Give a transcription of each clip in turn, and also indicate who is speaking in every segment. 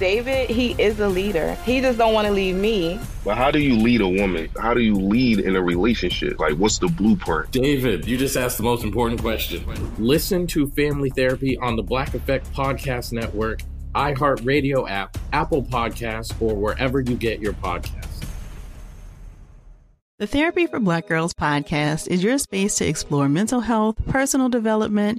Speaker 1: David, he is a leader. He just don't want to leave me.
Speaker 2: But how do you lead a woman? How do you lead in a relationship? Like, what's the blueprint?
Speaker 3: David, you just asked the most important question. Listen to Family Therapy on the Black Effect Podcast Network, iHeartRadio app, Apple Podcasts, or wherever you get your podcasts.
Speaker 4: The Therapy for Black Girls podcast is your space to explore mental health, personal development,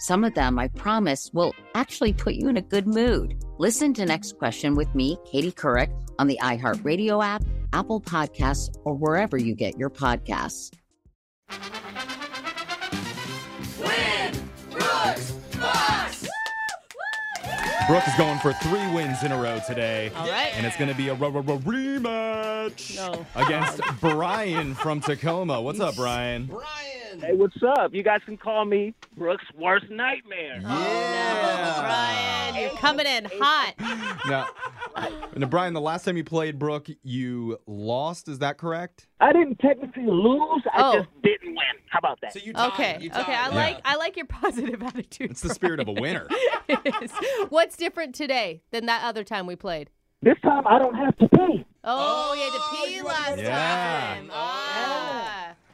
Speaker 5: Some of them, I promise, will actually put you in a good mood. Listen to Next Question with me, Katie Couric, on the iHeartRadio app, Apple Podcasts, or wherever you get your podcasts.
Speaker 6: Win, Brooks, Fox!
Speaker 7: Brooke is going for three wins in a row today.
Speaker 8: All right.
Speaker 7: And it's going to be a r- r- r- rematch
Speaker 8: No.
Speaker 7: against Brian from Tacoma. What's up, Brian?
Speaker 8: Brian.
Speaker 9: Hey, what's up? You guys can call me Brooks' worst nightmare.
Speaker 8: Brian, you're coming in hot.
Speaker 7: Now, now, Brian, the last time you played Brooke, you lost. Is that correct?
Speaker 9: I didn't technically lose. I
Speaker 8: Oh.
Speaker 9: just didn't win. How about that?
Speaker 8: Okay, okay. I like I like your positive attitude.
Speaker 7: It's the spirit of a winner.
Speaker 8: It is. What's different today than that other time we played?
Speaker 9: This time I don't have to pay.
Speaker 8: Oh, we had to pee last
Speaker 7: Yeah.
Speaker 8: time. Ah.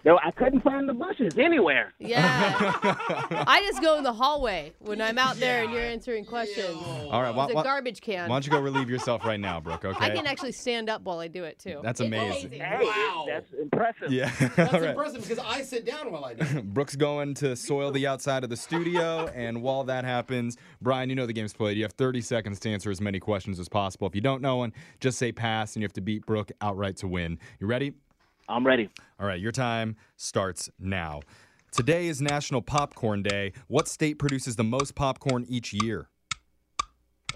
Speaker 9: No, I couldn't find the bushes anywhere.
Speaker 8: Yeah. I just go in the hallway when I'm out there and you're answering questions.
Speaker 7: All right. Why,
Speaker 8: It's a
Speaker 7: why-
Speaker 8: garbage
Speaker 7: why
Speaker 8: can.
Speaker 7: don't you go relieve yourself right now, Brooke? Okay.
Speaker 8: I can actually stand up while I do it too.
Speaker 7: That's amazing.
Speaker 9: Hey,
Speaker 6: Wow.
Speaker 9: that's impressive.
Speaker 7: Yeah.
Speaker 6: That's
Speaker 7: All right.
Speaker 6: impressive because I sit down while I do. it.
Speaker 7: Brooke's going to soil the outside of the studio, and while that happens, Brian, you know the game's played. You have 30 seconds to answer as many questions as possible. If you don't know one, just say pass, and you have to beat Brooke outright to win. You ready?
Speaker 9: I'm ready.
Speaker 7: All right, your time starts now. Today is National Popcorn Day. What state produces the most popcorn each year?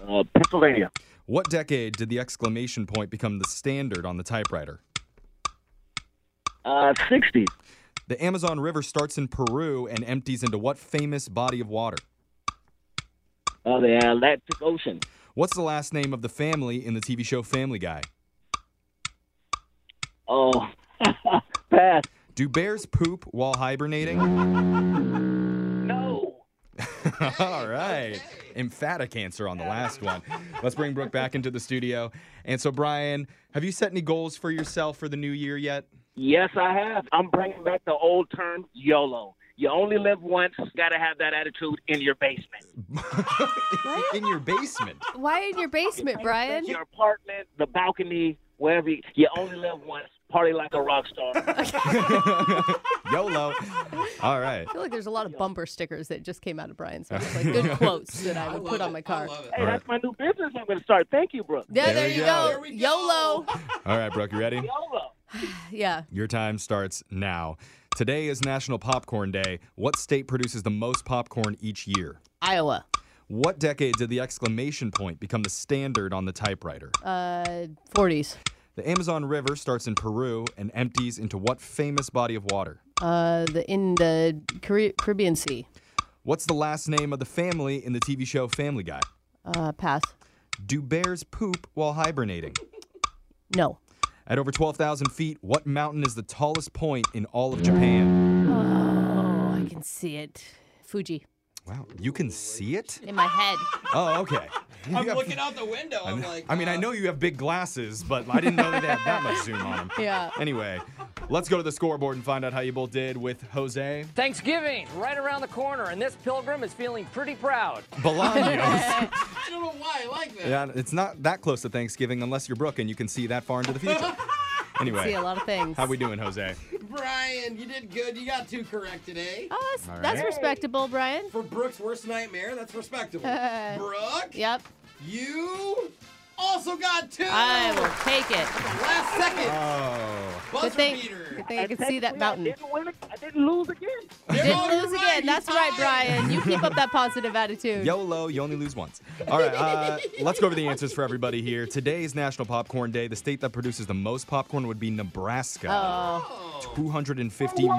Speaker 9: Uh, Pennsylvania,
Speaker 7: What decade did the exclamation point become the standard on the typewriter?
Speaker 9: uh, 60.
Speaker 7: The Amazon River starts in Peru and empties into what famous body of water?
Speaker 9: Uh, the Atlantic Ocean.
Speaker 7: What's the last name of the family in the TV show Family Guy?
Speaker 9: Oh, pass.
Speaker 7: Do bears poop while hibernating?
Speaker 9: No.
Speaker 7: All right. Emphatic answer on the last one. Let's bring Brooke back into the studio. And so, Brian, have you set any goals for yourself for the new year yet?
Speaker 9: Yes, I have. I'm bringing back the old term YOLO. You only live once. Got to have that attitude in your basement,
Speaker 7: In your basement.
Speaker 8: Why in your basement, Brian?
Speaker 9: your apartment, the balcony, wherever. You, you only live once. Party like a rock star.
Speaker 7: YOLO. All right.
Speaker 8: I feel like there's a lot of bumper stickers that just came out of Brian's mouth, like good quotes that I would put on my car.
Speaker 9: Hey, that's my new business I'm going to start. Thank you, Brooke.
Speaker 8: Yeah, there, you go.
Speaker 6: we go.
Speaker 8: YOLO.
Speaker 7: All right, Brooke, you ready?
Speaker 9: YOLO.
Speaker 8: Yeah.
Speaker 7: Your time starts now. Today is National Popcorn Day. What state produces the most popcorn each year?
Speaker 8: Iowa.
Speaker 7: What decade did the exclamation point become the standard on the typewriter?
Speaker 8: Uh, 40s.
Speaker 7: The Amazon River starts in Peru and empties into what famous body of water?
Speaker 8: Uh, the in the Carri- Caribbean Sea.
Speaker 7: What's the last name of the family in the TV show Family Guy?
Speaker 8: Uh, pass.
Speaker 7: Do bears poop while hibernating?
Speaker 8: No.
Speaker 7: At over 12,000 feet, what mountain is the tallest point in all of Japan?
Speaker 8: Oh, I can see it. Fuji
Speaker 7: Wow, you can see it?
Speaker 8: in my head.
Speaker 7: Oh, okay. You
Speaker 6: I'm
Speaker 7: have-
Speaker 6: looking out the window. I'm,
Speaker 7: I-
Speaker 6: like, uh,
Speaker 7: I mean, I know you have big glasses, but I didn't know that they had that much zoom on them.
Speaker 6: Yeah.
Speaker 7: Anyway, let's go to the scoreboard and find out how you both did with Jose
Speaker 10: Thanksgiving, right around the corner, and this pilgrim is feeling pretty proud.
Speaker 7: Bolaños.
Speaker 6: I don't know why I like that.
Speaker 7: yeah, it's not that close to Thanksgiving unless you're Brooke and you can see that far into the future. Anyway,
Speaker 8: See a lot of things.
Speaker 7: how we doing, Jose?
Speaker 6: Brian, you did good. You got two correct today.
Speaker 8: Oh,
Speaker 7: All
Speaker 8: That's
Speaker 7: right.
Speaker 8: respectable, Brian.
Speaker 6: For Brooke's worst nightmare, that's respectable.
Speaker 8: Uh,
Speaker 6: Brooke,
Speaker 8: Yep.
Speaker 6: you also got two.
Speaker 8: I will take it.
Speaker 6: Last second.
Speaker 7: Oh.
Speaker 6: Buzzer
Speaker 8: Good thing,
Speaker 6: beater.
Speaker 8: good thing I can see that mountain.
Speaker 9: I didn't, win it. I didn't lose again.
Speaker 8: Didn't lose again. That's right, Brian. You keep up that positive attitude.
Speaker 7: YOLO, you only lose once. All right, uh, let's go over the answers for everybody here. Today's National Popcorn Day. The state that produces the most popcorn would be Nebraska.
Speaker 8: Oh.
Speaker 7: 250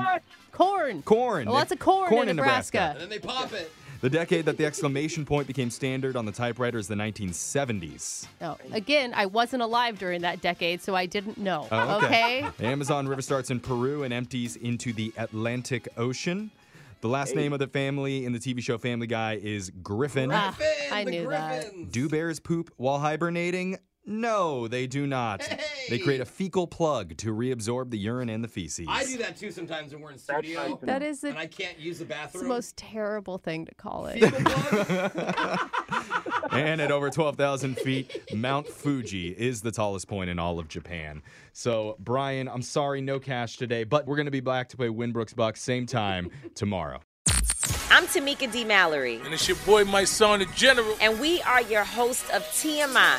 Speaker 8: Corn.
Speaker 7: corn.
Speaker 8: Lots of corn,
Speaker 7: corn
Speaker 8: in
Speaker 7: in
Speaker 8: Nebraska.
Speaker 7: Nebraska.
Speaker 6: And they pop it.
Speaker 7: The decade that the exclamation point became standard on the typewriter is the 1970s.
Speaker 8: No. Again, I wasn't alive during that decade, so I didn't know.
Speaker 7: Oh,
Speaker 8: okay.
Speaker 7: The Amazon River starts in Peru and empties into the Atlantic Ocean. The last name of the family in the TV show Family Guy is Griffin.
Speaker 8: Ah, I knew
Speaker 7: Do bears poop while hibernating? No, they do not. They create a fecal plug to reabsorb the urine and the feces.
Speaker 6: I do that too sometimes when we're in studio.
Speaker 8: That is the-
Speaker 6: and I can't use the
Speaker 8: that. It's the
Speaker 6: bathroom.
Speaker 8: most terrible thing to call it.
Speaker 7: and at over 12,000 feet, Mount Fuji is the tallest point in all of Japan. So, Brian, I'm sorry, no cash today, but we're going to be back to play Winbrook's Bucks same time tomorrow.
Speaker 11: I'm Tamika D. Mallory. And
Speaker 12: it's your boy, my son, the General.
Speaker 11: And we are your host of TMI.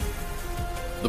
Speaker 13: The